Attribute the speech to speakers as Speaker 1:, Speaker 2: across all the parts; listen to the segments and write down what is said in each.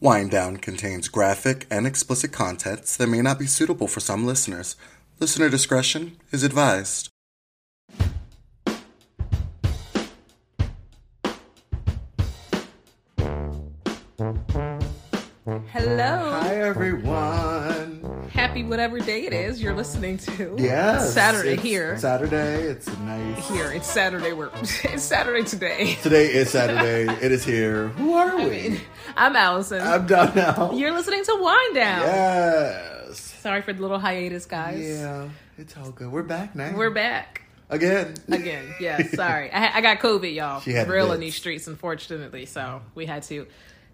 Speaker 1: Wind Down contains graphic and explicit contents that may not be suitable for some listeners. Listener discretion is advised.
Speaker 2: Hello.
Speaker 3: Hi everyone.
Speaker 2: Happy whatever day it is you're listening to.
Speaker 3: Yes.
Speaker 2: Saturday
Speaker 3: it's
Speaker 2: here.
Speaker 3: Saturday. It's a nice.
Speaker 2: here. It's Saturday where it's Saturday today.
Speaker 3: Today is Saturday. it is here. Who are we?
Speaker 2: I'm Allison.
Speaker 3: I'm done now.
Speaker 2: you're listening to Wind Down.
Speaker 3: yes.
Speaker 2: Sorry for the little hiatus, guys.
Speaker 3: Yeah. It's all good. We're back now.
Speaker 2: We're back
Speaker 3: again.
Speaker 2: again. Yeah, sorry. I, ha- I got COVID, y'all.
Speaker 3: She had the
Speaker 2: Real in
Speaker 3: bits.
Speaker 2: these streets, unfortunately. So we had to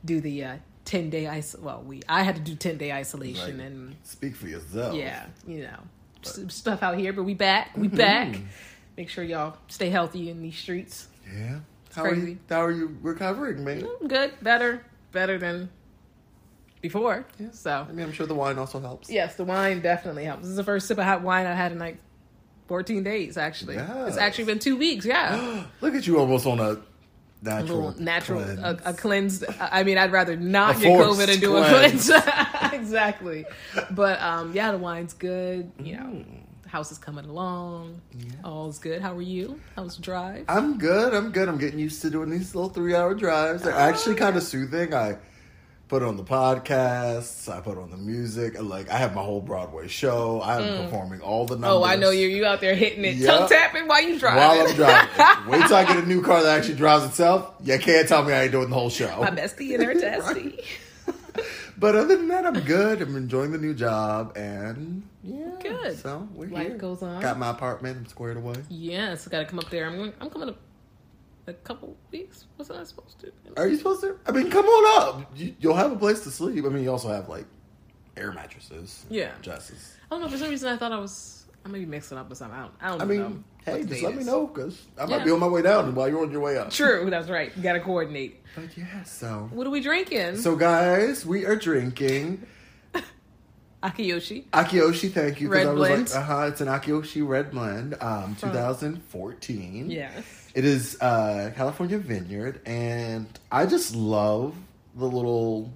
Speaker 2: do the uh, 10 day ice. Well, we I had to do 10 day isolation
Speaker 3: Right.
Speaker 2: and
Speaker 3: Speak for yourself.
Speaker 2: yeah, you know, s- stuff out here. But we back.
Speaker 3: Mm-hmm.
Speaker 2: We back. Make sure y'all stay healthy in these streets.
Speaker 3: Yeah. How are
Speaker 2: crazy.
Speaker 3: you? How are you recovering, man?
Speaker 2: good, better, better than before. So
Speaker 3: I mean, I'm sure the wine also helps.
Speaker 2: yes, the wine definitely helps. This is the first sip of hot wine I've had in like 14 days. Actually, it's
Speaker 3: Yes.
Speaker 2: actually been two weeks. Yeah,
Speaker 3: Look at you, almost on a
Speaker 2: a
Speaker 3: natural,
Speaker 2: little natural,
Speaker 3: cleanse.
Speaker 2: a, a cleansed. I mean, I'd rather not
Speaker 3: A
Speaker 2: get COVID
Speaker 3: forced
Speaker 2: and do
Speaker 3: cleanse.
Speaker 2: a cleanse. exactly, but um, yeah, the wine's good. You know,
Speaker 3: Mm.
Speaker 2: the house is coming along. All's good. How are you? How was the drive?
Speaker 3: I'm good. I'm good. I'm getting used to doing these little three hour drives. They're actually kind of soothing. I put on the podcasts. I put on the music. Like I have my whole Broadway show. I'm performing all the numbers.
Speaker 2: Mm. Oh, I know you. You out there hitting it,
Speaker 3: Yeah.
Speaker 2: tongue tapping while you drive.
Speaker 3: While I'm driving. Wait till I get a new car that actually drives itself. You can't tell me I ain't doing the whole show.
Speaker 2: My bestie and her testy.
Speaker 3: But other than that, I'm good. I'm enjoying the new job and yeah.
Speaker 2: Good.
Speaker 3: So we're
Speaker 2: Life
Speaker 3: here.
Speaker 2: goes on.
Speaker 3: Got my apartment. I'm squared away.
Speaker 2: Yes, I gotta come up there. I'm going, I'm coming up a couple weeks. Wasn't I supposed to?
Speaker 3: Are you supposed to? I mean, come on up. You, you'll have a place to sleep. I mean, you also have like air mattresses.
Speaker 2: Yeah.
Speaker 3: Dresses.
Speaker 2: I don't know. For some reason, I thought I was. I may be mixing up with something. I don't. I, don't
Speaker 3: I
Speaker 2: know.
Speaker 3: mean,
Speaker 2: what
Speaker 3: hey,
Speaker 2: the
Speaker 3: just
Speaker 2: date
Speaker 3: let me
Speaker 2: is.
Speaker 3: know because I
Speaker 2: Yeah.
Speaker 3: might be on my way down while you're on your way up.
Speaker 2: True, that's right. You gotta coordinate.
Speaker 3: But yeah, so
Speaker 2: What are we drinking?
Speaker 3: so guys, we are drinking
Speaker 2: Akiyoshi.
Speaker 3: Uh, Akiyoshi. Thank you. 'cause
Speaker 2: Red
Speaker 3: I was
Speaker 2: blend.
Speaker 3: Like, uh huh. It's an Akiyoshi red blend, um, 2014.
Speaker 2: Yes.
Speaker 3: It is uh, California Vineyard, and I just love the little.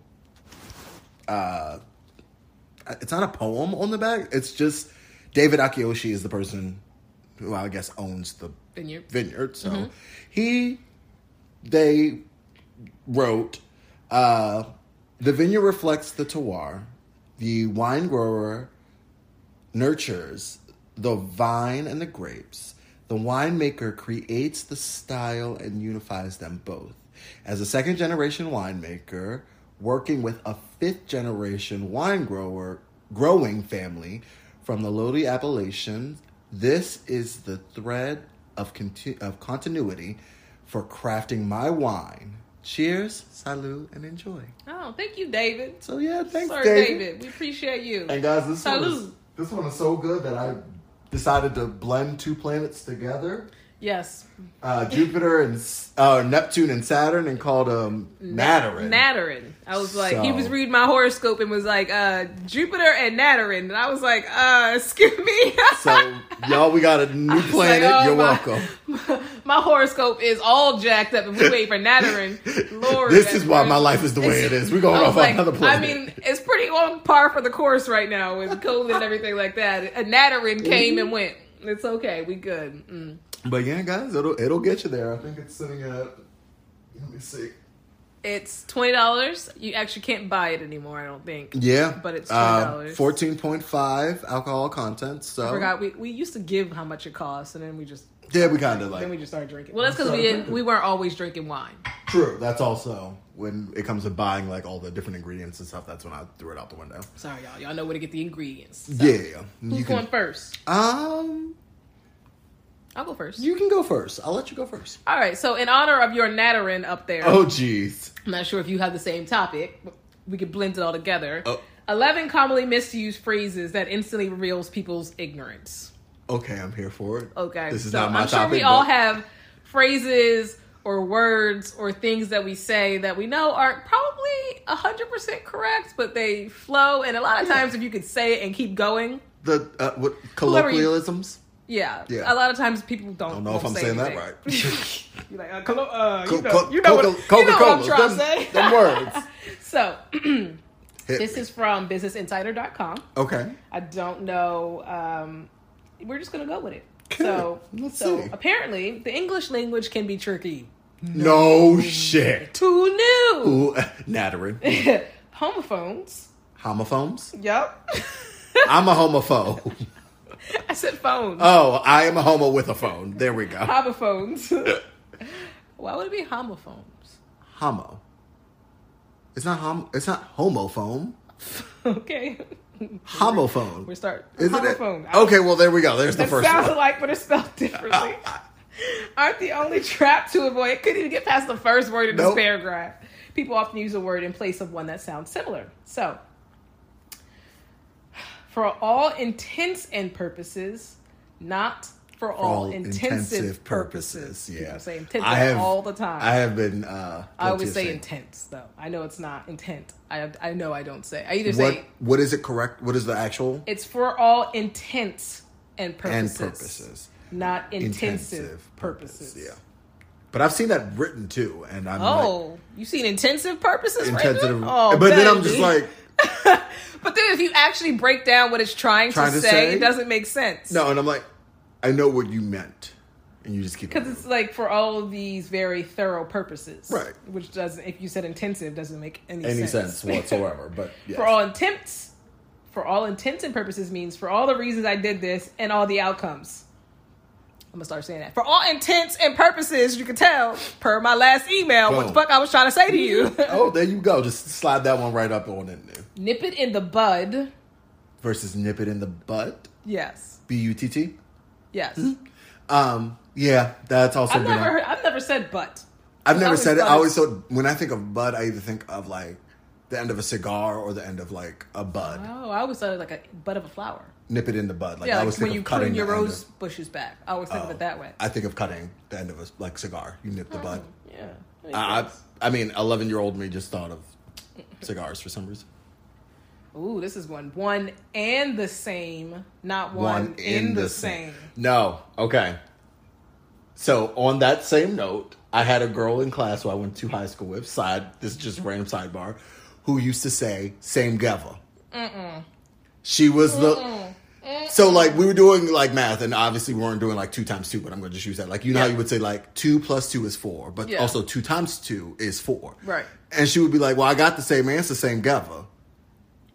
Speaker 3: Uh, it's not a poem on the back. It's just David Akiyoshi is the person who I guess owns the
Speaker 2: Vineyard.
Speaker 3: vineyard. So he, they wrote, uh, the vineyard reflects the terroir. The wine grower nurtures the vine and the grapes. The winemaker creates the style and unifies them both. As a second generation winemaker, working with a fifth generation wine grower growing family from the Lodi Appalachians, this is the thread of, conti- of continuity for crafting my wine. Cheers, salut, and enjoy.
Speaker 2: Oh, thank you, David.
Speaker 3: So yeah, thanks,
Speaker 2: Sir
Speaker 3: David.
Speaker 2: we appreciate you.
Speaker 3: And guys, this one is,
Speaker 2: Salud.
Speaker 3: this one is so good that I decided to blend two planets together,
Speaker 2: Yes,
Speaker 3: uh, Jupiter and S- uh, Neptune and Saturn, and called um Natarin.
Speaker 2: Natarin. I was like, he
Speaker 3: So-
Speaker 2: was reading my horoscope and was like, uh, Jupiter and Natarin, and I was like, uh, excuse me.
Speaker 3: so y'all, we got a new planet.
Speaker 2: Like, oh,
Speaker 3: You're
Speaker 2: my-
Speaker 3: welcome.
Speaker 2: My horoscope is all jacked up. If we wait for Natarin, Lord,
Speaker 3: This
Speaker 2: that's
Speaker 3: is why my
Speaker 2: worse.
Speaker 3: life is the way it is. We're going
Speaker 2: I was
Speaker 3: off on another planet.
Speaker 2: I mean, it's pretty on par for the course right now with COVID and everything like that. A Natarin came and went. It's okay. We good. Mm.
Speaker 3: But yeah, guys, it'll it'll get you there. I think it's sitting at. Let me see.
Speaker 2: It's twenty dollars. You actually can't buy it anymore. I don't think.
Speaker 3: Yeah, Uh,
Speaker 2: But it's $20.
Speaker 3: Fourteen point five alcohol content. So
Speaker 2: I forgot we, we used to give how much it costs, and then we just
Speaker 3: yeah, we kind of like
Speaker 2: then we just started drinking. Well, that's because
Speaker 3: Started
Speaker 2: we didn't,
Speaker 3: drinking.
Speaker 2: we weren't always drinking wine.
Speaker 3: True. That's also when it comes to buying like all the different ingredients and stuff. That's when I threw it out the window.
Speaker 2: Sorry, y'all. Y'all know where to get the ingredients.
Speaker 3: yeah,
Speaker 2: Who's
Speaker 3: you
Speaker 2: going
Speaker 3: can.
Speaker 2: first?
Speaker 3: Um,
Speaker 2: I'll go first.
Speaker 3: you can go first. I'll let you go first.
Speaker 2: All right. So in honor of your Natarin up there.
Speaker 3: Oh, jeez.
Speaker 2: I'm not sure if you have the same topic. But we could blend it all together.
Speaker 3: Oh.
Speaker 2: Eleven commonly misused phrases that instantly reveals people's ignorance.
Speaker 3: Okay, I'm here for it.
Speaker 2: Okay,
Speaker 3: this is
Speaker 2: so
Speaker 3: not my
Speaker 2: I'm
Speaker 3: topic.
Speaker 2: sure we all
Speaker 3: but-
Speaker 2: have phrases or words or things that we say that we know aren't probably hundred percent correct, but they flow. And a lot of times, if you could say it and keep going,
Speaker 3: the uh, what
Speaker 2: Whoever you-
Speaker 3: colloquialisms.
Speaker 2: yeah,
Speaker 3: Yeah.
Speaker 2: A lot of times, people don't.
Speaker 3: I don't know if I'm saying that right.
Speaker 2: You're like, uh, colo- uh, you
Speaker 3: Co-
Speaker 2: know,
Speaker 3: co-
Speaker 2: you know what-
Speaker 3: Coca-
Speaker 2: you know what I'm
Speaker 3: Coca-Colas,
Speaker 2: trying to
Speaker 3: them-
Speaker 2: say.
Speaker 3: them words.
Speaker 2: So
Speaker 3: Hit
Speaker 2: this
Speaker 3: me.
Speaker 2: is from businessinsider.com.
Speaker 3: okay.
Speaker 2: I don't know. Um, we're just gonna go with it. So,
Speaker 3: let's
Speaker 2: so
Speaker 3: see.
Speaker 2: apparently, the English language can be tricky.
Speaker 3: No shit.
Speaker 2: Who knew?
Speaker 3: Ooh, Nattery.
Speaker 2: Homophones.
Speaker 3: Homophones?
Speaker 2: Yep.
Speaker 3: I'm a homophobe.
Speaker 2: I said phones.
Speaker 3: Oh, I am a homo with a phone. There we go.
Speaker 2: homophones. Why would it be homophones?
Speaker 3: Homo. It's not hom. It's not homophone.
Speaker 2: okay.
Speaker 3: Homophone.
Speaker 2: We start
Speaker 3: Isn't it? Oh,
Speaker 2: homophone. I-
Speaker 3: Okay, well there we go. There's the
Speaker 2: It
Speaker 3: first
Speaker 2: sounds
Speaker 3: one.
Speaker 2: alike, but it's spelled differently. Aren't the only trap to avoid? It couldn't even get past the first word in
Speaker 3: Nope.
Speaker 2: this paragraph. People often use a word in place of one that sounds similar. So, for all intents and purposes, not for, all, intensive, purposes.
Speaker 3: Yeah,
Speaker 2: People say intensive
Speaker 3: I have,
Speaker 2: all the time.
Speaker 3: I have been. Uh,
Speaker 2: I always
Speaker 3: guilty of
Speaker 2: say
Speaker 3: saying-
Speaker 2: intense, though. I know it's not intent. I I know I don't say. I either
Speaker 3: What
Speaker 2: say
Speaker 3: What is it correct? What is the actual
Speaker 2: it's for all intents and
Speaker 3: and
Speaker 2: purposes,
Speaker 3: purposes?
Speaker 2: not intensive, purposes.
Speaker 3: Yeah, but I've seen that written too, and I'm
Speaker 2: Oh, you seen intensive purposes?
Speaker 3: like
Speaker 2: right
Speaker 3: intensive.
Speaker 2: there? Oh,
Speaker 3: but then I'm just
Speaker 2: baby.
Speaker 3: like,
Speaker 2: But then if you actually break down what it's trying,
Speaker 3: Trying
Speaker 2: to,
Speaker 3: to
Speaker 2: say,
Speaker 3: say?
Speaker 2: it doesn't make sense.
Speaker 3: no, and I'm like, I know what you meant, and you just keep it
Speaker 2: because it's like for all of these very thorough purposes,
Speaker 3: Right.
Speaker 2: Which doesn't, if you said intensive, doesn't make any,
Speaker 3: any sense whatsoever. But yes.
Speaker 2: for all intents, for all intents and purposes means for all the reasons I did this and all the outcomes. I'm gonna start saying that. For all intents and purposes, you can tell per my last email what the
Speaker 3: Boom.
Speaker 2: fuck I was trying to say to you.
Speaker 3: oh, there you go. Just slide that one right up on in there.
Speaker 2: Nip it in the bud.
Speaker 3: Versus nip it in the butt.
Speaker 2: Yes.
Speaker 3: B U T T.
Speaker 2: Yes.
Speaker 3: Hmm? Um, yeah, that's also
Speaker 2: I've
Speaker 3: been.
Speaker 2: never
Speaker 3: on-
Speaker 2: heard, I've never said but.
Speaker 3: I've never
Speaker 2: always
Speaker 3: said it. I
Speaker 2: thought-
Speaker 3: always thought when I think of bud, I either think of like the end of a cigar or the end of like a bud.
Speaker 2: Oh, I always thought it like a bud of a flower.
Speaker 3: Nip it in the bud. Like I
Speaker 2: Yeah,
Speaker 3: always
Speaker 2: like when
Speaker 3: think
Speaker 2: you
Speaker 3: of cutting
Speaker 2: prune your
Speaker 3: the end
Speaker 2: rose
Speaker 3: of-
Speaker 2: bushes back. I always think of
Speaker 3: oh,
Speaker 2: it that way. Oh.
Speaker 3: I think of cutting the end of a like cigar. You nip the bud.
Speaker 2: yeah. that makes
Speaker 3: I,
Speaker 2: sense.
Speaker 3: I I mean, eleven year old me just thought of cigars for some reason.
Speaker 2: Ooh, this is one. One and the same, not one, in, the, same.
Speaker 3: No, okay. So on that same note, I had a girl in class who I went to high school with. Side, this is just a random sidebar. Who used to say "same geva." She was the. So like we were doing like math, and obviously we weren't doing like two times two, but I'm going to just use that. Like you know how
Speaker 2: Yeah.
Speaker 3: you would say like two plus two is four, but
Speaker 2: Yeah.
Speaker 3: also two times two is four.
Speaker 2: Right.
Speaker 3: And she would be like, "Well, I got the same answer, same geva,"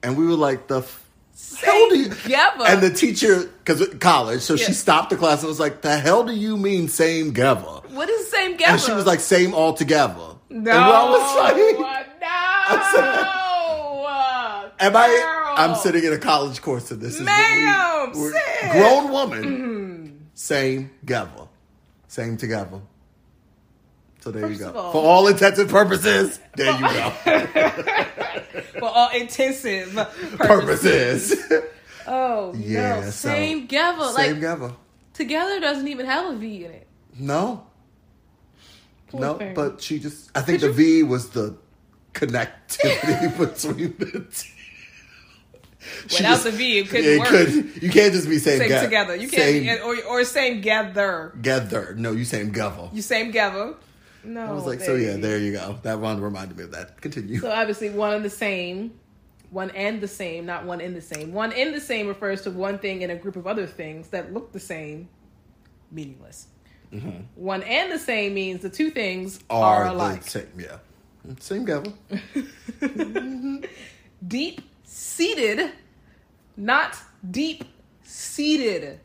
Speaker 3: and we were like, "The." F- hell do you-
Speaker 2: geva?
Speaker 3: And the teacher, because college, so
Speaker 2: Yeah.
Speaker 3: she stopped the class and was like, "The hell do you mean same geva?"
Speaker 2: What is same gather?
Speaker 3: And she was like, "Same altogether."
Speaker 2: no,
Speaker 3: And I was like,
Speaker 2: uh, no. uh,
Speaker 3: "Am I?"
Speaker 2: girl.
Speaker 3: I'm sitting in a college course to this. This is what
Speaker 2: Ma'am, Mm-hmm.
Speaker 3: we're-
Speaker 2: sis.
Speaker 3: grown woman, same geva, same together. So there
Speaker 2: First
Speaker 3: you go.
Speaker 2: of all-
Speaker 3: For all intents and purposes, there you go.
Speaker 2: for all intensive purposes.
Speaker 3: purposes.
Speaker 2: Oh
Speaker 3: Yeah,
Speaker 2: no,
Speaker 3: so-
Speaker 2: same gather. Like
Speaker 3: same geva.
Speaker 2: together doesn't even have a V in it.
Speaker 3: No,
Speaker 2: Poor
Speaker 3: No,
Speaker 2: thing.
Speaker 3: but she just. I think the
Speaker 2: Could
Speaker 3: V was the connectivity between the two. She
Speaker 2: Without the V, it couldn't
Speaker 3: yeah,
Speaker 2: work.
Speaker 3: couldn't- you can't just be saying
Speaker 2: Same
Speaker 3: ga-
Speaker 2: together. You
Speaker 3: same
Speaker 2: can't be, or or same gather.
Speaker 3: gather. No, you same gavel.
Speaker 2: You same gather. No.
Speaker 3: I was like, so yeah,
Speaker 2: baby.
Speaker 3: there you go. That one reminded me of that. Continue.
Speaker 2: So obviously, one and the same, one and the same, not one in the same. One in the same refers to one thing in a group of other things that look the same, meaningless. One and the same means the two things are,
Speaker 3: Mm-hmm. the
Speaker 2: alike.
Speaker 3: same, yeah, same gavel.
Speaker 2: Deep seated, not deep seated.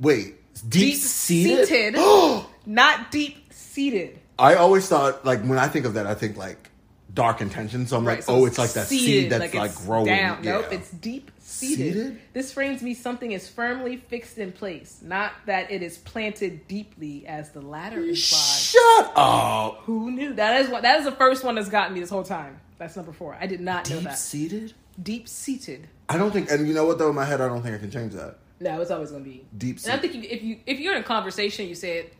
Speaker 3: Wait, deep seated.
Speaker 2: Deep-seated. Not deep seated.
Speaker 3: I always thought like when I think of that, I think like dark intention. So I'm like, oh, it's like that seed that's like, growing.
Speaker 2: Down. Nope,
Speaker 3: Yeah.
Speaker 2: it's deep seated.
Speaker 3: Seated?
Speaker 2: This frames me something is firmly fixed in place, not that it is planted deeply, as the latter implies.
Speaker 3: Shut up.
Speaker 2: Who knew? That is what. That is the first one that's gotten me this whole time. That's number four. I did not know that.
Speaker 3: seated?
Speaker 2: deep seated.
Speaker 3: I don't think, and you know what though, in my head, I don't think I can change that.
Speaker 2: No, it's always going to be
Speaker 3: Deep
Speaker 2: And I
Speaker 3: seated.
Speaker 2: think you, if you if you're in a conversation, you say it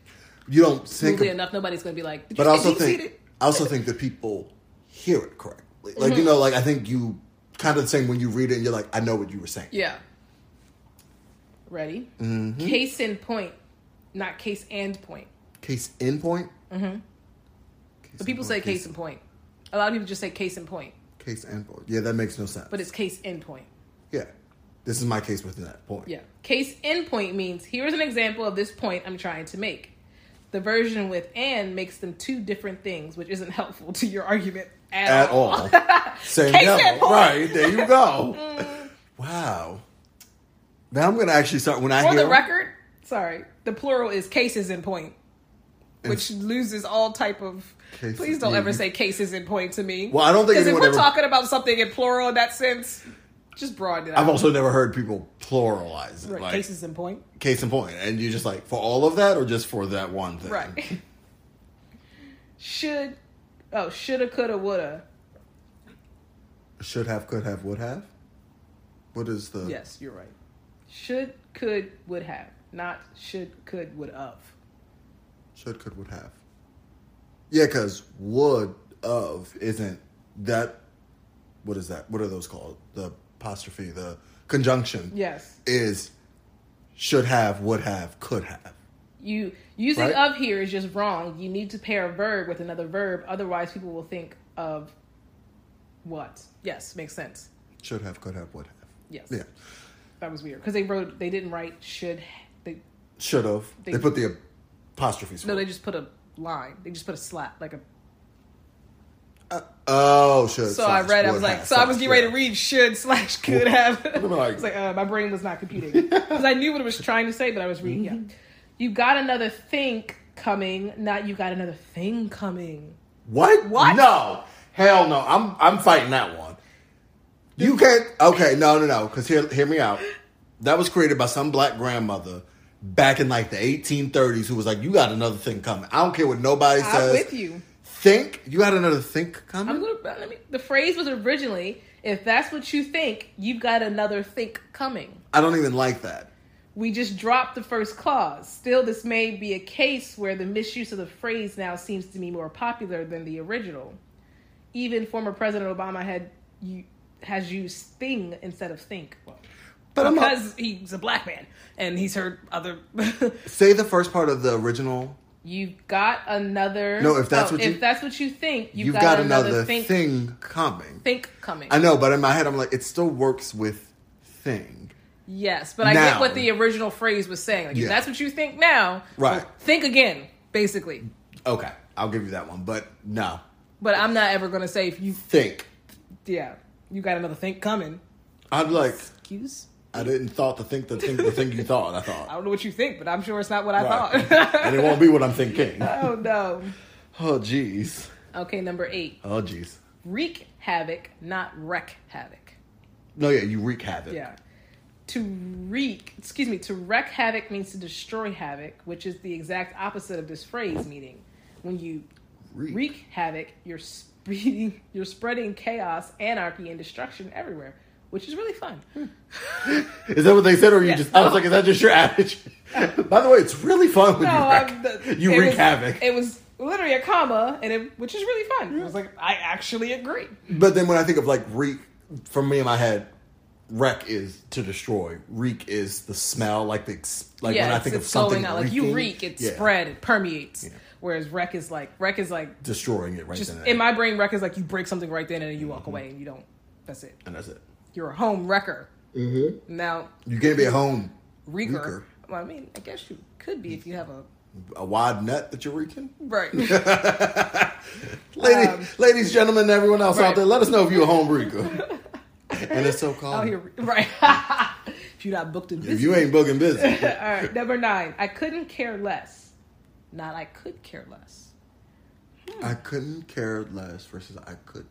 Speaker 3: You don't think,
Speaker 2: smoothly
Speaker 3: of,
Speaker 2: enough, nobody's going to be like. Did
Speaker 3: but I
Speaker 2: you say
Speaker 3: also
Speaker 2: deep-seated?"
Speaker 3: think, I also think that people hear it correctly. Like
Speaker 2: Mm-hmm.
Speaker 3: you know, like I think you kind of the same when you read it, and you're like, I know what you were saying.
Speaker 2: Yeah. Ready?
Speaker 3: Mm-hmm.
Speaker 2: Case in point, not case and point.
Speaker 3: Case in point. Mm-hmm.
Speaker 2: But people say case in point. A lot of people just say case in point.
Speaker 3: Case and point. Yeah, that makes no sense.
Speaker 2: but it's case in point.
Speaker 3: yeah, this is my case with that point.
Speaker 2: Yeah. Case in point means here's an example of this point I'm trying to make. The version with and makes them two different things, which isn't helpful to your argument at,
Speaker 3: at all. Same
Speaker 2: Case
Speaker 3: level.
Speaker 2: in point. Mm.
Speaker 3: Right, there you go. wow. Now I'm gonna actually start when I
Speaker 2: For
Speaker 3: hear
Speaker 2: the record, sorry, the plural is cases in point, which loses all type of.
Speaker 3: Cases,
Speaker 2: please don't
Speaker 3: yeah,
Speaker 2: ever
Speaker 3: you-
Speaker 2: say cases in point to me.
Speaker 3: Well, I don't think
Speaker 2: because if
Speaker 3: anyone
Speaker 2: we're
Speaker 3: ever-
Speaker 2: talking about something in plural in that sense, just broaden it out.
Speaker 3: I've also never heard people pluralize it.
Speaker 2: Right,
Speaker 3: Like,
Speaker 2: cases in point.
Speaker 3: case in point. And you're just like, for all of that or just for that one thing?
Speaker 2: Right. Should oh shoulda coulda woulda.
Speaker 3: Should have, could have, would have? What is the
Speaker 2: Yes, you're right. Should could would have not should could would of.
Speaker 3: should, could, would have? Yeah, because would of isn't that what is that? What are those called? The apostrophe, the conjunction.
Speaker 2: Yes,
Speaker 3: is should have, would have, could have.
Speaker 2: you using
Speaker 3: Right.
Speaker 2: of here is just wrong. You need to pair a verb with another verb, otherwise people will think of what. Yes, makes sense.
Speaker 3: Should have, could have, would have.
Speaker 2: Yes,
Speaker 3: Yeah.
Speaker 2: that was weird because they wrote they didn't write should they
Speaker 3: Should have. They,
Speaker 2: They-
Speaker 3: put the apostrophes.
Speaker 2: no
Speaker 3: for
Speaker 2: they
Speaker 3: it.
Speaker 2: just put a line they just put a slap like a
Speaker 3: oh, should.
Speaker 2: So I
Speaker 3: slash,
Speaker 2: read. I
Speaker 3: would
Speaker 2: was
Speaker 3: have,
Speaker 2: like, so I was
Speaker 3: slash,
Speaker 2: getting ready to
Speaker 3: yeah.
Speaker 2: read should slash could have. I
Speaker 3: I'm like-
Speaker 2: was like, uh, my brain was not computing because I knew what it was trying to say, but I was reading. Yeah, Mm-hmm. you got another think coming, not you got another thing coming.
Speaker 3: What?
Speaker 2: What?
Speaker 3: No. Hell no. I'm I'm fighting that one. You can't. Okay, no, no, no. Because hear hear me out. That was created by some black grandmother back in like the 1830s who was like, "You got another thing coming." I don't care what nobody
Speaker 2: I'm
Speaker 3: says.
Speaker 2: with you.
Speaker 3: Think you got another think coming.
Speaker 2: I'm gonna let me. The phrase was originally, if that's what you think, you've got another think coming.
Speaker 3: I don't even like that.
Speaker 2: We just dropped the first clause. Still, this may be a case where the misuse of the phrase now seems to me more popular than the original. Even former President Obama had you, has used "thing" instead of "think,"
Speaker 3: But I'm not,
Speaker 2: because he's a black man and he's heard other.
Speaker 3: say the first part of the original.
Speaker 2: you've got another. oh,
Speaker 3: No, if that's what
Speaker 2: if
Speaker 3: you-
Speaker 2: that's what you think, you've,
Speaker 3: You've, got, another,
Speaker 2: think,
Speaker 3: thing coming.
Speaker 2: think coming.
Speaker 3: I know, but in my head, I'm like, it still works with thing.
Speaker 2: Yes, but I
Speaker 3: Now.
Speaker 2: get what the original phrase was saying. Like,
Speaker 3: Yeah.
Speaker 2: if that's what you think now,
Speaker 3: Right.
Speaker 2: well, think again, basically.
Speaker 3: Okay, I'll give you that one, but no,
Speaker 2: But I'm not ever going to say if you
Speaker 3: think.
Speaker 2: yeah, you got another think coming.
Speaker 3: I'd like.
Speaker 2: Excuse?
Speaker 3: I didn't thought to think the thing the thing you thought. I
Speaker 2: I
Speaker 3: thought,
Speaker 2: don't know what you think, but I'm sure it's not what I
Speaker 3: Right.
Speaker 2: thought.
Speaker 3: and it won't be what I'm thinking.
Speaker 2: oh no.
Speaker 3: Oh jeez.
Speaker 2: Okay, number eight.
Speaker 3: Oh jeez.
Speaker 2: Wreak havoc, not wreck havoc.
Speaker 3: No, yeah, you wreak havoc.
Speaker 2: Yeah. To wreak, excuse me, to wreck havoc means to destroy havoc, which is the exact opposite of this phrase meaning. When you
Speaker 3: Wreak.
Speaker 2: wreak, havoc, you're spreading, you're spreading chaos, anarchy, and destruction everywhere, which is really fun.
Speaker 3: Is that what they said, or you
Speaker 2: Yeah.
Speaker 3: just? I was like, is that just your attitude? By the way, it's really fun when you wreak,
Speaker 2: I'm the-
Speaker 3: you
Speaker 2: it
Speaker 3: wreak
Speaker 2: was-
Speaker 3: havoc.
Speaker 2: It was literally a comma, and it, which is really fun. I was like, I actually agree.
Speaker 3: But then when I think of like reek, for me in my head, wreck is to destroy. Reek is the smell, like the ex- like when I
Speaker 2: it's-
Speaker 3: think of
Speaker 2: it's
Speaker 3: something
Speaker 2: going out. Like you
Speaker 3: reeking,
Speaker 2: reek, it
Speaker 3: yeah,
Speaker 2: spread, it permeates. Whereas wreck is like wreck is like
Speaker 3: destroying it right
Speaker 2: just
Speaker 3: then. and
Speaker 2: in
Speaker 3: there.
Speaker 2: my brain. Wreck is like you break something right then, and then you
Speaker 3: Mm-hmm.
Speaker 2: walk away, and you don't. That's it.
Speaker 3: and that's it.
Speaker 2: You're a home wrecker. Mm-hmm. Now
Speaker 3: You can't be at home.
Speaker 2: reeker.
Speaker 3: Reeker.
Speaker 2: Well, I mean, I guess you could be if you have a
Speaker 3: A wide net that you're reeking.
Speaker 2: right.
Speaker 3: Lady, ladies, gentlemen, everyone else out
Speaker 2: right.
Speaker 3: there, let us know if you're a home reeker. and it's so
Speaker 2: out
Speaker 3: called.
Speaker 2: here, right? if you're not booked in business.
Speaker 3: If you ain't booking business,
Speaker 2: All right, number nine. I couldn't care less. Not I could care less.
Speaker 3: I couldn't care less versus I could.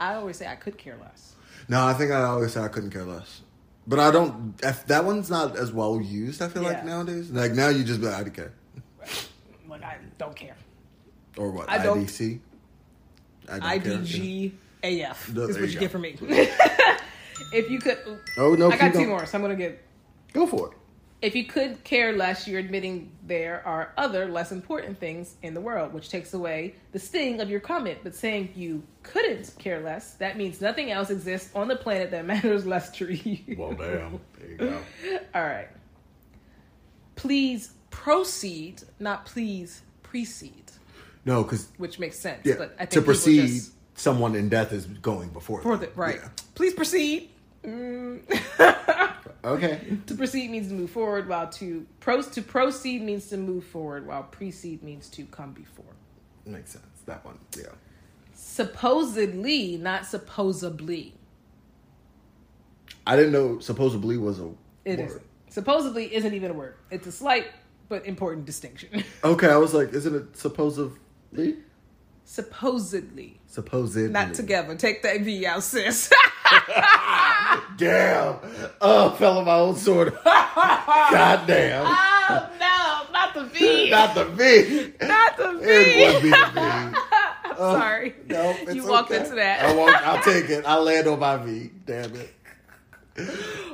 Speaker 2: I always say I could care less.
Speaker 3: No, I think I always say I couldn't care less. But I don't. If that one's not as well used. I feel like
Speaker 2: Yeah.
Speaker 3: nowadays. Like now, you just be like, I don't care,
Speaker 2: Like I don't care.
Speaker 3: or what?
Speaker 2: I don't-
Speaker 3: IDC. I don't care.
Speaker 2: IDG AF
Speaker 3: No,
Speaker 2: is
Speaker 3: there you
Speaker 2: what you
Speaker 3: go.
Speaker 2: get from me. if you could,
Speaker 3: Oh no!
Speaker 2: I got
Speaker 3: keep
Speaker 2: two
Speaker 3: going.
Speaker 2: more, so I'm gonna get.
Speaker 3: Go for it.
Speaker 2: If you could care less, you're admitting there are other less important things in the world, which takes away the sting of your comment. But saying you couldn't care less, that means nothing else exists on the planet that matters less to you.
Speaker 3: Well, damn. There you go.
Speaker 2: All right. Please proceed, not please precede,
Speaker 3: No, because
Speaker 2: which makes sense.
Speaker 3: yeah,
Speaker 2: But I think
Speaker 3: to
Speaker 2: people
Speaker 3: proceed
Speaker 2: just-
Speaker 3: someone in death is going before.
Speaker 2: For the,
Speaker 3: them.
Speaker 2: right.
Speaker 3: Yeah.
Speaker 2: Please proceed. Mm.
Speaker 3: Okay.
Speaker 2: to proceed means to move forward, while to pro- to proceed means to move forward, while precede means to come before.
Speaker 3: Makes sense. That one. Yeah.
Speaker 2: Supposedly, not supposedly.
Speaker 3: I didn't know supposedly was a
Speaker 2: It
Speaker 3: word.
Speaker 2: is supposedly isn't even a word. It's a slight but important distinction.
Speaker 3: Okay, I was like, isn't it supposedly?
Speaker 2: supposedly,
Speaker 3: Supposedly.
Speaker 2: not together. Take that V out, sis.
Speaker 3: Damn. Oh, fell on my own sword. God damn.
Speaker 2: oh no, not the V.
Speaker 3: Not the V.
Speaker 2: Not the V.
Speaker 3: It would be the V.
Speaker 2: I'm sorry.
Speaker 3: No, it's
Speaker 2: you walked
Speaker 3: okay.
Speaker 2: into that.
Speaker 3: I walked, I'll take it. I land on my V. Damn it.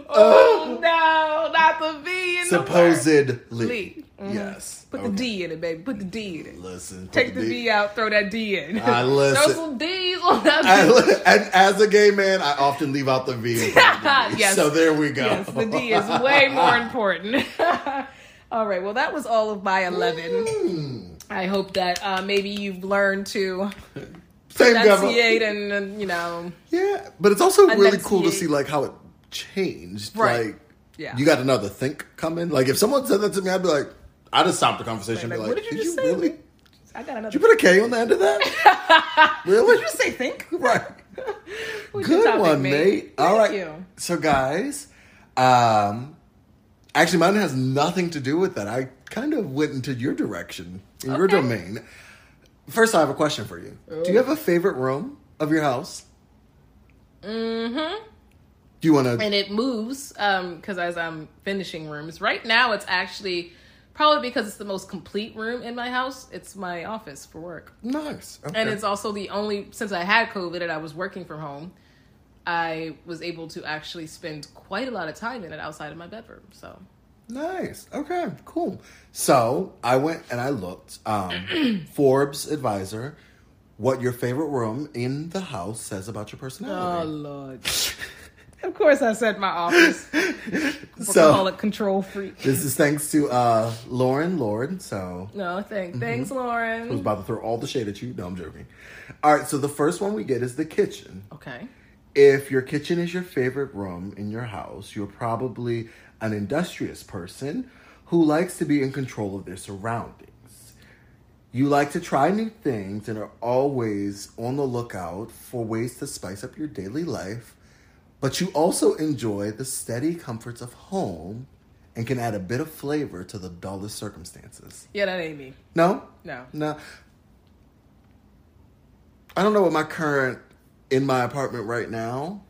Speaker 2: oh no, not the V. In The word.
Speaker 3: Supposedly.
Speaker 2: Mhm.
Speaker 3: Yes.
Speaker 2: Put
Speaker 3: Okay.
Speaker 2: the D in it, baby. Put the D in it.
Speaker 3: Listen. put
Speaker 2: Take the D. out. Throw that D in.
Speaker 3: I listen.
Speaker 2: Throw some D's on that.
Speaker 3: I,
Speaker 2: D.
Speaker 3: and as a gay man, I often leave out the V. in front of the D.
Speaker 2: Yes.
Speaker 3: So there we go.
Speaker 2: Yes, the D is way more important. all right. Well, that was all of my eleven.
Speaker 3: Mm.
Speaker 2: I hope that uh, maybe you've learned to
Speaker 3: Same government.
Speaker 2: enunciate and uh, you know,
Speaker 3: Yeah, but it's also really cool to
Speaker 2: Enunciate.
Speaker 3: see like how it changed.
Speaker 2: Right.
Speaker 3: Like,
Speaker 2: Yeah.
Speaker 3: you got another think coming. Like, if someone said that to me, I'd be like, I'd just stop the conversation.
Speaker 2: Like,
Speaker 3: and be
Speaker 2: what
Speaker 3: like,
Speaker 2: did you just say?
Speaker 3: really? Did
Speaker 2: I got another.
Speaker 3: you put a K on the end of that? really?
Speaker 2: Did you say think?
Speaker 3: right.
Speaker 2: What's your
Speaker 3: Good
Speaker 2: topic,
Speaker 3: one, mate. All
Speaker 2: Thank
Speaker 3: right.
Speaker 2: you.
Speaker 3: So, guys, um, actually, mine has nothing to do with that. I kind of went into your direction, in your
Speaker 2: Okay.
Speaker 3: domain. First, I have a question for you. Do
Speaker 2: Oh.
Speaker 3: you have a favorite room of your house?
Speaker 2: Mm-hmm.
Speaker 3: Do you want to?
Speaker 2: And it moves because as I'm finishing rooms right now, it's actually probably because it's the most complete room in my house. It's my office for work,
Speaker 3: Nice. Okay.
Speaker 2: and it's also the only since I had COVID and I was working from home. I was able to actually spend quite a lot of time in it outside of my bedroom. So
Speaker 3: Nice. Okay, cool. So I went and I looked. Um, Forbes advisor, what your favorite room in the house says about your
Speaker 2: Oh,
Speaker 3: personality.
Speaker 2: lord. of course, I said my office. We'll call
Speaker 3: so
Speaker 2: it control freak.
Speaker 3: this is thanks to uh, Lauren Lord. So
Speaker 2: No, Mm-hmm. thanks, thanks,
Speaker 3: I was
Speaker 2: Lauren.
Speaker 3: about to throw all the shade at you. No, I'm joking. All right, so the first one we get is the kitchen.
Speaker 2: Okay.
Speaker 3: If your kitchen is your favorite room in your house, you're probably an industrious person who likes to be in control of their surroundings. You like to try new things and are always on the lookout for ways to spice up your daily life, but you also enjoy the steady comforts of home and can add a bit of flavor to the dullest circumstances.
Speaker 2: Yeah, that ain't me.
Speaker 3: No?
Speaker 2: No.
Speaker 3: No. I don't know what my current in my apartment right now.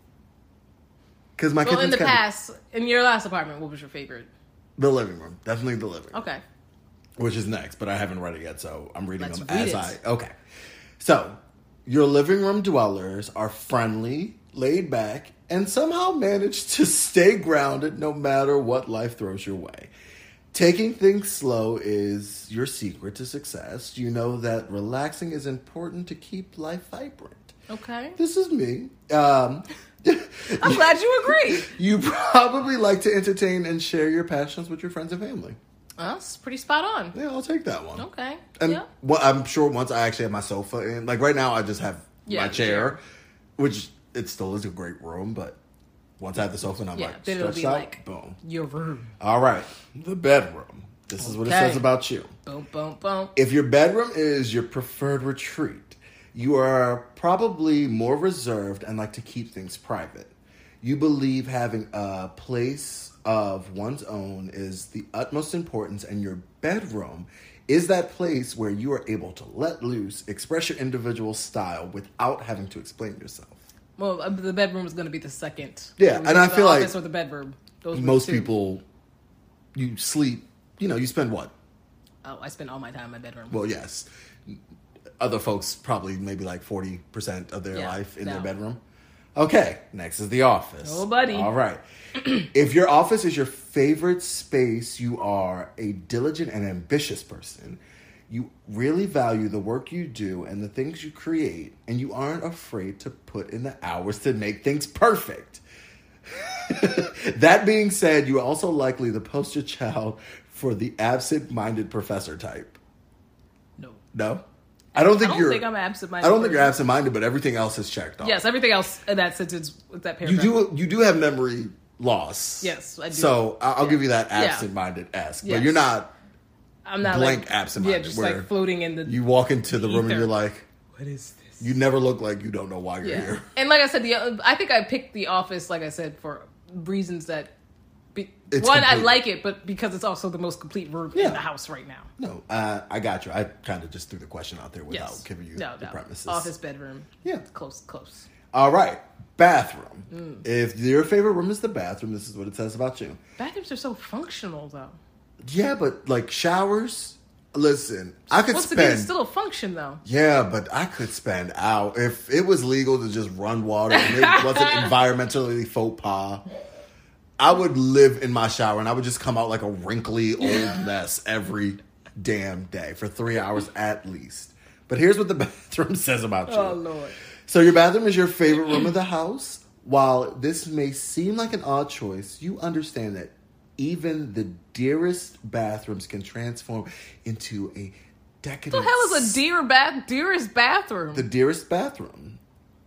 Speaker 3: Because my
Speaker 2: Well, in
Speaker 3: kitchen's
Speaker 2: the
Speaker 3: kinda-
Speaker 2: past, in your last apartment, what was your favorite?
Speaker 3: the living room, definitely the living, room,
Speaker 2: Okay.
Speaker 3: which is next, but I haven't read it yet, so I'm reading
Speaker 2: Let's
Speaker 3: them as
Speaker 2: read it.
Speaker 3: I okay. So your living room dwellers are friendly, laid back, and somehow manage to stay grounded no matter what life throws your way. Taking things slow is your secret to success. You know that relaxing is important to keep life vibrant.
Speaker 2: Okay.
Speaker 3: This is me. Um,
Speaker 2: I'm glad you agree.
Speaker 3: you probably like to entertain and share your passions with your friends and family.
Speaker 2: Well, that's pretty spot on.
Speaker 3: Yeah, I'll take that one.
Speaker 2: Okay.
Speaker 3: And
Speaker 2: yeah.
Speaker 3: well, I'm sure once I actually have my sofa in, like right now, I just have
Speaker 2: Yeah,
Speaker 3: my
Speaker 2: the
Speaker 3: chair,
Speaker 2: chair.
Speaker 3: which it still is a great room, but once I have the sofa and I'm
Speaker 2: Yeah.
Speaker 3: like
Speaker 2: then it'll
Speaker 3: stretched
Speaker 2: be
Speaker 3: out,
Speaker 2: like
Speaker 3: boom.
Speaker 2: your room.
Speaker 3: All right, the bedroom. This is what it
Speaker 2: Okay.
Speaker 3: says about you.
Speaker 2: Boom, boom, boom.
Speaker 3: If your bedroom is your preferred retreat, you are probably more reserved and like to keep things private. You believe having a place of one's own is the utmost importance, and your bedroom is that place where you are able to let loose, express your individual style without having to explain yourself.
Speaker 2: Well, uh, the bedroom is going to be the second.
Speaker 3: Yeah,
Speaker 2: When
Speaker 3: and
Speaker 2: you
Speaker 3: I
Speaker 2: go to
Speaker 3: feel
Speaker 2: the
Speaker 3: like
Speaker 2: office or the bedroom. Those were the
Speaker 3: Most
Speaker 2: two.
Speaker 3: people, you sleep, you know, you spend what?
Speaker 2: Oh, I spend all my time in my bedroom.
Speaker 3: Well, yes. Other folks probably maybe like 40% of their
Speaker 2: Yeah,
Speaker 3: life in their
Speaker 2: no.
Speaker 3: bedroom. Okay, next is the office.
Speaker 2: Oh, buddy.
Speaker 3: All right. if your office is your favorite space, you are a diligent and ambitious person. You really value the work you do and the things you create, and you aren't afraid to put in the hours to make things perfect. that being said, you are also likely the poster child for the absent minded professor type.
Speaker 2: no.
Speaker 3: No? I don't think
Speaker 2: I don't
Speaker 3: you're.
Speaker 2: think I'm absent
Speaker 3: I don't think you're absent-minded, but everything else is checked off.
Speaker 2: Yes, everything else in that sentence, with that
Speaker 3: you
Speaker 2: paragraph.
Speaker 3: do. You do have memory loss.
Speaker 2: Yes, I do.
Speaker 3: So I- I'll give you that
Speaker 2: Yeah.
Speaker 3: absent-minded esque, but
Speaker 2: Yes.
Speaker 3: you're not.
Speaker 2: I'm not
Speaker 3: blank
Speaker 2: like,
Speaker 3: absent-minded,
Speaker 2: Yeah, just
Speaker 3: where
Speaker 2: like floating in the.
Speaker 3: You walk into the room and
Speaker 2: Ether.
Speaker 3: you're like,
Speaker 2: what is this?
Speaker 3: you never look like you don't know why you're
Speaker 2: Yeah,
Speaker 3: here.
Speaker 2: and like I said, the uh, I think I picked The Office, like I said, for reasons that. Be, one,
Speaker 3: It's
Speaker 2: I
Speaker 3: complete.
Speaker 2: like it, but because it's also the most complete room
Speaker 3: Yeah.
Speaker 2: in the house right now.
Speaker 3: No, uh, I got you. I kind of just threw the question out there without
Speaker 2: Yes,
Speaker 3: giving you
Speaker 2: no,
Speaker 3: the
Speaker 2: no.
Speaker 3: premises.
Speaker 2: Office bedroom.
Speaker 3: Yeah.
Speaker 2: close, close.
Speaker 3: All right, bathroom.
Speaker 2: Mm.
Speaker 3: If your favorite room is the bathroom, this is what it says about you.
Speaker 2: Bathrooms are so functional, though.
Speaker 3: Yeah, but like showers. Listen, I could
Speaker 2: Once again,
Speaker 3: spend.
Speaker 2: it's still a function, though.
Speaker 3: yeah, but I could spend out if it was legal to just run water and it wasn't environmentally faux pas. I would live in my shower and I would just come out like a wrinkly old mess every damn day for three hours at least. But here's what the bathroom says about you.
Speaker 2: Oh lord.
Speaker 3: So your bathroom is your favorite room of the house. While this may seem like an odd choice, you understand that even the dearest bathrooms can transform into a decadent.
Speaker 2: What the hell is a deer bath dearest bathroom?
Speaker 3: The dearest bathroom.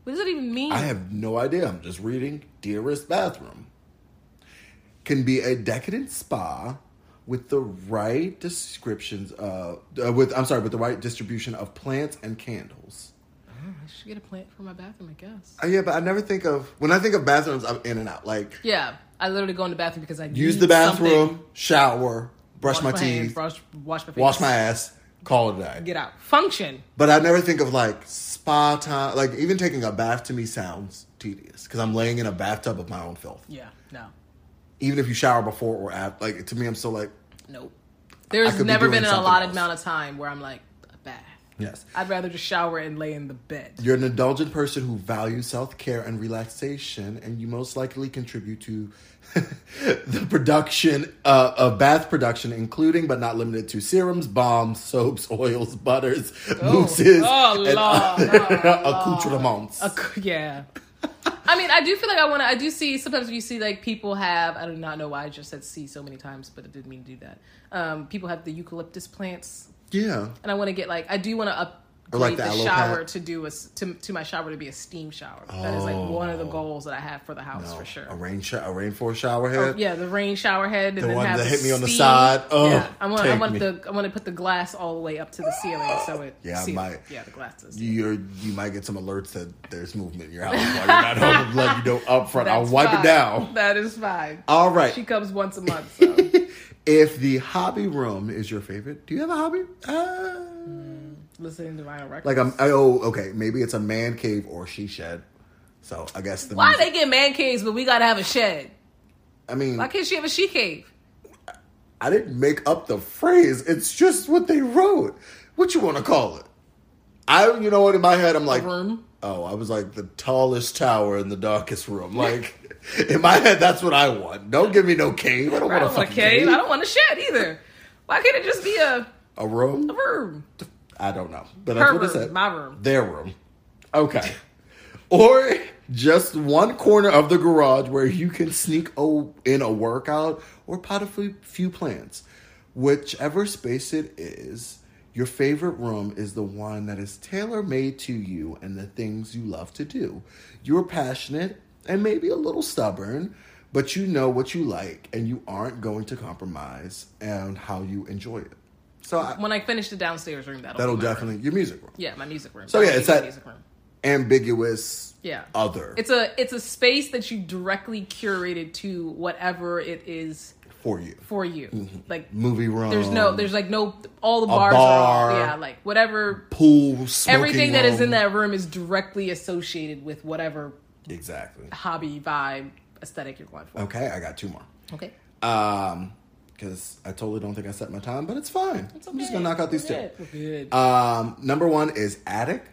Speaker 2: what does it even mean?
Speaker 3: I have no idea. I'm just reading. Dearest bathroom can be a decadent spa with the right descriptions of uh, with I'm sorry with the right distribution of plants and candles.
Speaker 2: I should get a plant for my bathroom, I guess.
Speaker 3: Uh, yeah, but I never think of when I think of bathrooms. I'm in and out. Like
Speaker 2: Yeah, I literally go in the bathroom because I
Speaker 3: use
Speaker 2: need
Speaker 3: the bathroom,
Speaker 2: something.
Speaker 3: shower, brush
Speaker 2: Wash
Speaker 3: my,
Speaker 2: hands,
Speaker 3: teeth,
Speaker 2: brush, wash my face,
Speaker 3: wash my ass, call it a day.
Speaker 2: get out. Function.
Speaker 3: But I never think of like spa time. Like even taking a bath to me sounds tedious because I'm laying in a bathtub of my own filth.
Speaker 2: Yeah, no,
Speaker 3: Even if you shower before or after, like to me, I'm still like
Speaker 2: nope.
Speaker 3: I
Speaker 2: There's
Speaker 3: could be
Speaker 2: never
Speaker 3: doing
Speaker 2: been an
Speaker 3: something
Speaker 2: allotted
Speaker 3: else.
Speaker 2: amount of time where I'm like a bath.
Speaker 3: yes.
Speaker 2: I'd rather just shower and lay in the bed.
Speaker 3: You're an indulgent person who values self care and relaxation, and you most likely contribute to the production uh, of bath production, including but not limited to serums, balms, soaps, oils, butters, mousses,
Speaker 2: Oh,
Speaker 3: and
Speaker 2: Lord.
Speaker 3: other accoutrements.
Speaker 2: A c- yeah. I mean, I do feel like I want to. I do see sometimes you see like people have. I do not know why I just said "see" so many times, but I didn't mean to do that. Um, people have the eucalyptus plants,
Speaker 3: yeah.
Speaker 2: and I want to get like I do want to
Speaker 3: Or
Speaker 2: upgrade
Speaker 3: like the
Speaker 2: the,
Speaker 3: aloe
Speaker 2: shower
Speaker 3: pad.
Speaker 2: to do a s- to to my shower to be a steam shower. That is like one of the goals that I have for the house
Speaker 3: No,
Speaker 2: for sure.
Speaker 3: A rain sho- a rainforest shower head.
Speaker 2: Or, yeah, the rain shower head, and
Speaker 3: The
Speaker 2: then
Speaker 3: one
Speaker 2: have
Speaker 3: that
Speaker 2: the
Speaker 3: hit me on the
Speaker 2: steam.
Speaker 3: side. Oh,
Speaker 2: yeah, I want. I
Speaker 3: take
Speaker 2: want
Speaker 3: me.
Speaker 2: the. I want to put the glass all the way up to the ceiling, so it.
Speaker 3: Yeah, I
Speaker 2: seals.
Speaker 3: might.
Speaker 2: Yeah, the glasses.
Speaker 3: You're, you might get some alerts that there's movement in your house while you're not home. Let you know up front. I'll wipe it down. Uh,
Speaker 2: That is fine.
Speaker 3: All right.
Speaker 2: She comes once a month. So.
Speaker 3: If the hobby room is your favorite, do you have a hobby? Uh,
Speaker 2: Listening to vinyl records.
Speaker 3: like a oh okay, maybe it's a man cave or she shed. So I guess the
Speaker 2: why
Speaker 3: music-
Speaker 2: they get man caves, but we gotta have a shed.
Speaker 3: I mean
Speaker 2: Why can't she have a she cave?
Speaker 3: I didn't make up the phrase. It's just what they wrote. What you want to call it? I you know what in my head I'm like
Speaker 2: room?
Speaker 3: oh I was like the tallest tower in the darkest room like. In my head, that's what I want. Don't give me no cave. I don't
Speaker 2: I
Speaker 3: want a
Speaker 2: don't want a
Speaker 3: fucking
Speaker 2: cave.
Speaker 3: cave.
Speaker 2: I don't want a shed either. Why can't it just be a
Speaker 3: A room?
Speaker 2: room?
Speaker 3: I don't know, but that's
Speaker 2: Her
Speaker 3: what it
Speaker 2: room,
Speaker 3: said.
Speaker 2: my room.
Speaker 3: their room. Okay, or just one corner of the garage where you can sneak o- in a workout or pot a few, few plants. Whichever space it is, your favorite room is the one that is tailor made to you and the things you love to do. You're passionate and maybe a little stubborn, but you know what you like and you aren't going to compromise on how you enjoy it. So I,
Speaker 2: When I finish the downstairs room, that'll
Speaker 3: That'll
Speaker 2: be my room.
Speaker 3: definitely your music room.
Speaker 2: Yeah, my music room.
Speaker 3: So, yeah, it's
Speaker 2: my
Speaker 3: that-
Speaker 2: music room.
Speaker 3: Ambiguous
Speaker 2: Yeah.
Speaker 3: other
Speaker 2: It's a it's a space that you directly curated to whatever it is
Speaker 3: for you.
Speaker 2: for you.
Speaker 3: Mm-hmm.
Speaker 2: Like
Speaker 3: Movie room.
Speaker 2: there's no there's like no all the bars are
Speaker 3: Um, bar.
Speaker 2: all, yeah like whatever
Speaker 3: pool smoking
Speaker 2: everything that is in
Speaker 3: room.
Speaker 2: that room is directly associated with whatever
Speaker 3: Exactly.
Speaker 2: hobby vibe aesthetic you're going for.
Speaker 3: Okay, I got two more.
Speaker 2: Okay.
Speaker 3: Um because I totally don't think I set my time, but it's fine. I'm just gonna knock out these two.
Speaker 2: Good.
Speaker 3: Um, number one is attic.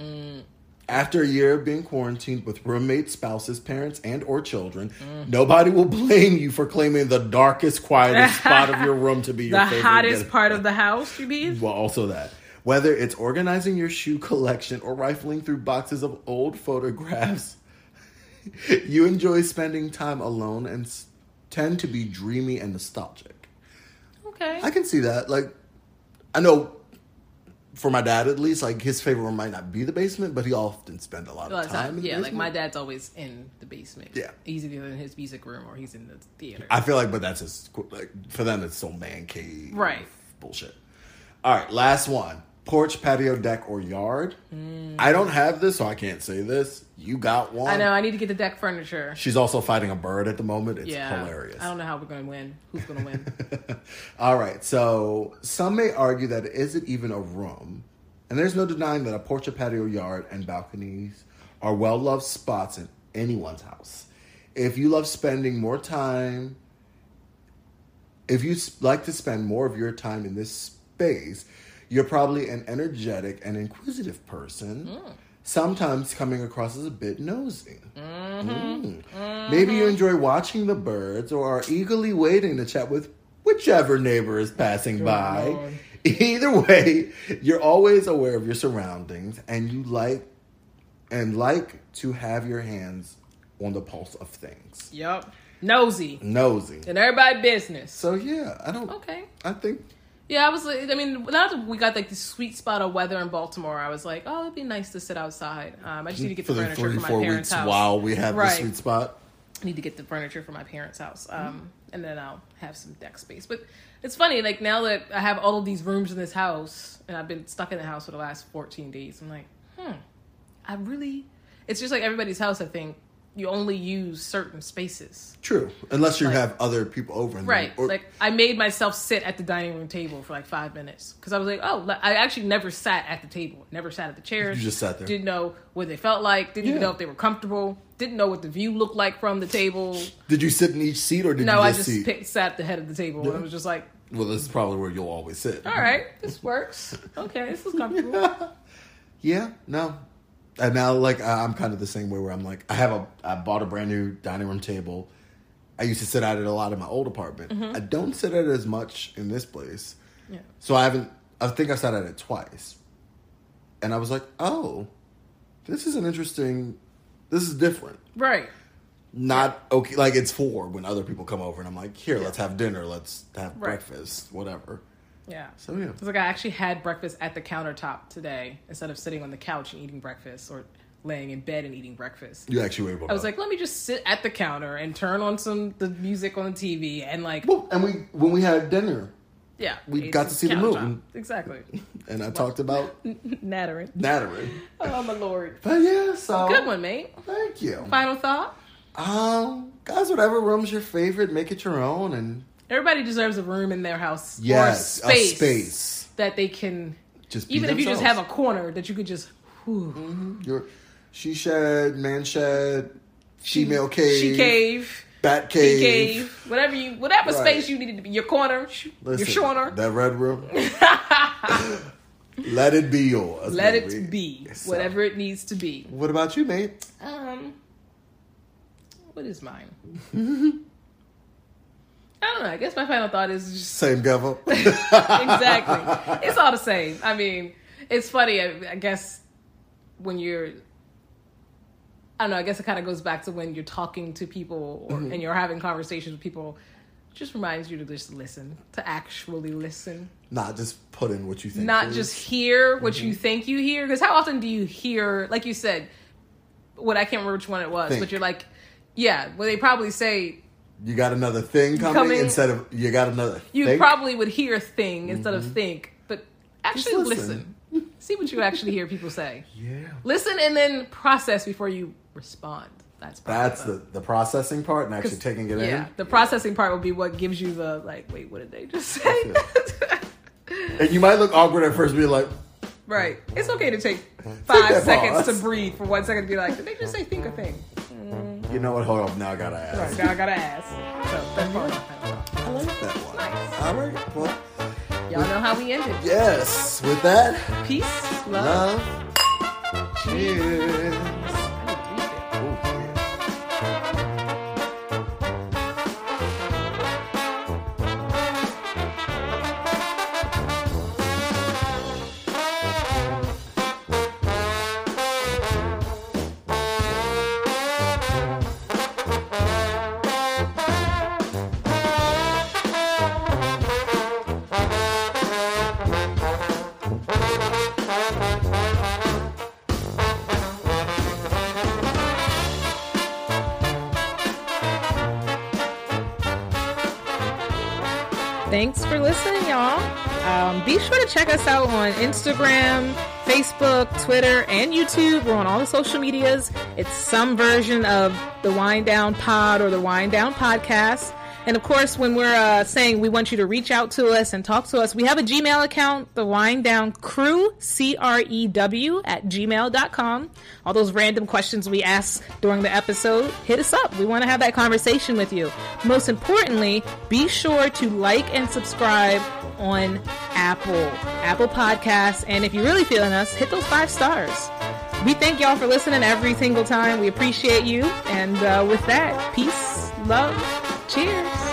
Speaker 2: Mm.
Speaker 3: After a year of being quarantined with roommates, spouses, parents, and or children,
Speaker 2: Mm.
Speaker 3: nobody will blame you for claiming the darkest, quietest spot of your room to be your
Speaker 2: the
Speaker 3: favorite
Speaker 2: hottest
Speaker 3: getaway.
Speaker 2: part of the house, you mean?
Speaker 3: Well, also that. Whether it's organizing your shoe collection or rifling through boxes of old photographs, you enjoy spending time alone and s- tend to be dreamy and nostalgic.
Speaker 2: Okay.
Speaker 3: I can see that. Like, I know for my dad at least, like his favorite room might not be the basement, but he often spent a lot
Speaker 2: Well,
Speaker 3: of
Speaker 2: it's
Speaker 3: time.
Speaker 2: not-
Speaker 3: in the
Speaker 2: uh, yeah, like
Speaker 3: basement.
Speaker 2: my dad's always in the basement.
Speaker 3: Yeah.
Speaker 2: He's either in his music room or he's in the theater.
Speaker 3: I feel like, but that's his like for them, it's so man cave
Speaker 2: Right.
Speaker 3: bullshit. All right, last one: porch, patio, deck, or yard. I don't have this, so I can't say this. You got one.
Speaker 2: I know. I need to get the deck furniture.
Speaker 3: She's also fighting a bird at the moment. It's
Speaker 2: yeah.
Speaker 3: hilarious.
Speaker 2: I don't know how we're going to win. Who's going to win?
Speaker 3: All right, so some may argue that it isn't even a room, and there's no denying that a porch, a patio, yard, and balconies are well loved spots in anyone's house. If you love spending more time, if you s- like to spend more of your time in this space, you're probably an energetic and inquisitive person, sometimes coming across as a bit nosy. Hmm. Maybe you enjoy watching the birds or are eagerly waiting to chat with whichever neighbor is passing by.
Speaker 2: Lord.
Speaker 3: Either way, you're always aware of your surroundings and you like and like to have your hands on the pulse of things.
Speaker 2: yep. Nosy.
Speaker 3: Nosy.
Speaker 2: And everybody business.
Speaker 3: So yeah, I don't
Speaker 2: Okay.
Speaker 3: I think
Speaker 2: Yeah, I was. like- I mean, now that we got like the sweet spot of weather in Baltimore, I was like, oh, it'd be nice to sit outside. Um, I just need to get
Speaker 3: Mm, for
Speaker 2: the
Speaker 3: the
Speaker 2: furniture
Speaker 3: three,
Speaker 2: from my
Speaker 3: four
Speaker 2: parents'
Speaker 3: weeks
Speaker 2: house.
Speaker 3: while we have
Speaker 2: Right.
Speaker 3: the sweet spot.
Speaker 2: I need to get the furniture from my parents' house,
Speaker 3: Mm-hmm.
Speaker 2: um, and then I'll have some deck space. But it's funny, like now that I have all of these rooms in this house, and I've been stuck in the house for the last fourteen days, I'm like, hmm, I really. It's just like everybody's house. I think you only use certain spaces,
Speaker 3: True. Unless you
Speaker 2: Like-
Speaker 3: have other people over and
Speaker 2: right?
Speaker 3: Mm-hmm. or-
Speaker 2: like I made myself sit at the dining room table for like five minutes because I was like, oh, like, I actually never sat at the table, never sat at the chairs.
Speaker 3: You just sat there.
Speaker 2: Didn't know what they felt like. Didn't even
Speaker 3: Yeah.
Speaker 2: know if they were comfortable. Didn't know what the view looked like from the table.
Speaker 3: Did you sit in each seat or did
Speaker 2: No,
Speaker 3: you
Speaker 2: I
Speaker 3: just,
Speaker 2: just
Speaker 3: seat?
Speaker 2: picked, sat at the head of the table and I was just like,
Speaker 3: Well, this is probably where you'll always sit.
Speaker 2: all right, this works. Okay, this is comfortable.
Speaker 3: Yeah, no. And now, like, I- I'm kind of the same way where I'm like, I have a, I bought a brand new dining room table. I used to sit at it a lot in my old apartment.
Speaker 2: Mm-hmm.
Speaker 3: I don't sit at it as much in this place.
Speaker 2: Yeah.
Speaker 3: So I haven't, I think I sat at it twice. And I was like, oh, this is an interesting, this is different.
Speaker 2: Right.
Speaker 3: Not okay, like it's for when other people come over and I'm like, here, let's have dinner, let's have
Speaker 2: Right.
Speaker 3: breakfast, whatever.
Speaker 2: Yeah.
Speaker 3: So yeah.
Speaker 2: It's like I actually had breakfast at the countertop today instead of sitting on the couch and eating breakfast or laying in bed and eating breakfast.
Speaker 3: You actually were able
Speaker 2: I was like, let me just sit at the counter and turn on some the music on the TV and like,
Speaker 3: well, and we, when we had dinner,
Speaker 2: yeah,
Speaker 3: we
Speaker 2: ate
Speaker 3: got to
Speaker 2: some
Speaker 3: see the
Speaker 2: countertop.
Speaker 3: moon.
Speaker 2: Exactly,
Speaker 3: and I talked about
Speaker 2: nattering.
Speaker 3: Nattery.
Speaker 2: Oh my lord,
Speaker 3: But yeah, so
Speaker 2: good one, mate.
Speaker 3: Thank you.
Speaker 2: Final thought:
Speaker 3: Um, guys, whatever room's your favorite, make it your own, and
Speaker 2: Everybody deserves a room in their house
Speaker 3: yes,
Speaker 2: or space,
Speaker 3: a space.
Speaker 2: that they can
Speaker 3: Just be
Speaker 2: even if you just have
Speaker 3: themselves.
Speaker 2: a corner that you could just whew,
Speaker 3: your she shed, man shed, female cave,
Speaker 2: she cave,
Speaker 3: bat
Speaker 2: she
Speaker 3: cave.
Speaker 2: cave, whatever you whatever
Speaker 3: Right.
Speaker 2: space you needed to be your corner, sh- your
Speaker 3: Listen,
Speaker 2: corner.
Speaker 3: That red room. Let it be yours.
Speaker 2: let
Speaker 3: baby.
Speaker 2: it be
Speaker 3: So,
Speaker 2: whatever it needs to be.
Speaker 3: What about you, mate?
Speaker 2: Um, what is mine? I don't know. I guess my final thought is just
Speaker 3: Same devil.
Speaker 2: exactly. It's all the same. I mean, it's funny. I, I guess when you're, I don't know. I guess it kind of goes back to when you're talking to people
Speaker 3: Mm-hmm.
Speaker 2: or, and you're having conversations with people. Just reminds you to just listen, to actually listen,
Speaker 3: Not just put in what you Mm-hmm. think.
Speaker 2: not
Speaker 3: please.
Speaker 2: just hear what you think you hear. Because how often do you hear, like you said, what I can't remember which one it was,
Speaker 3: Think.
Speaker 2: but you're like, yeah. Well, they probably say
Speaker 3: you got another thing coming,
Speaker 2: Coming-
Speaker 3: instead of you got another.
Speaker 2: you
Speaker 3: thing.
Speaker 2: probably would hear thing instead of think, but actually
Speaker 3: Mm-hmm. Just
Speaker 2: listen.
Speaker 3: listen.
Speaker 2: See what you actually hear people say.
Speaker 3: Yeah.
Speaker 2: Listen and then process before you respond. That's probably
Speaker 3: That's the, the processing part and actually taking it
Speaker 2: yeah. The processing part will be what gives you the like. Wait, what did they just say?
Speaker 3: in. And you might look awkward at first, be like,
Speaker 2: right. It's okay to take five
Speaker 3: that
Speaker 2: seconds
Speaker 3: pause.
Speaker 2: to breathe for one second. To be like, did they just say think or thing?
Speaker 3: you know what, hold up, now I gotta ask.
Speaker 2: Right now I gotta ask. So that part.
Speaker 3: I like that one.
Speaker 2: Nice.
Speaker 3: All right, well,
Speaker 2: Y'all know how we ended.
Speaker 3: yes, with that,
Speaker 2: Peace, love.
Speaker 3: love, cheers.
Speaker 2: I need to read it.
Speaker 3: Oh, yeah.
Speaker 2: Thanks for listening, y'all. Um, be sure to check us out on Instagram, Facebook, Twitter, and YouTube. We're on all the social medias. It's some version of the Wind Down Pod or the Wind Down Podcast. And of course, when we're uh, saying we want you to reach out to us and talk to us, we have a Gmail account, the Wind Down Crew, C R E W, at gmail.com. All those random questions we ask during the episode, hit us up. We want to have that conversation with you. Most importantly, be sure to like and subscribe on Apple, Apple Podcasts. And if you're really feeling us, hit those five stars. We thank y'all for listening every single time. We appreciate you. And uh, with that, peace, love, cheers.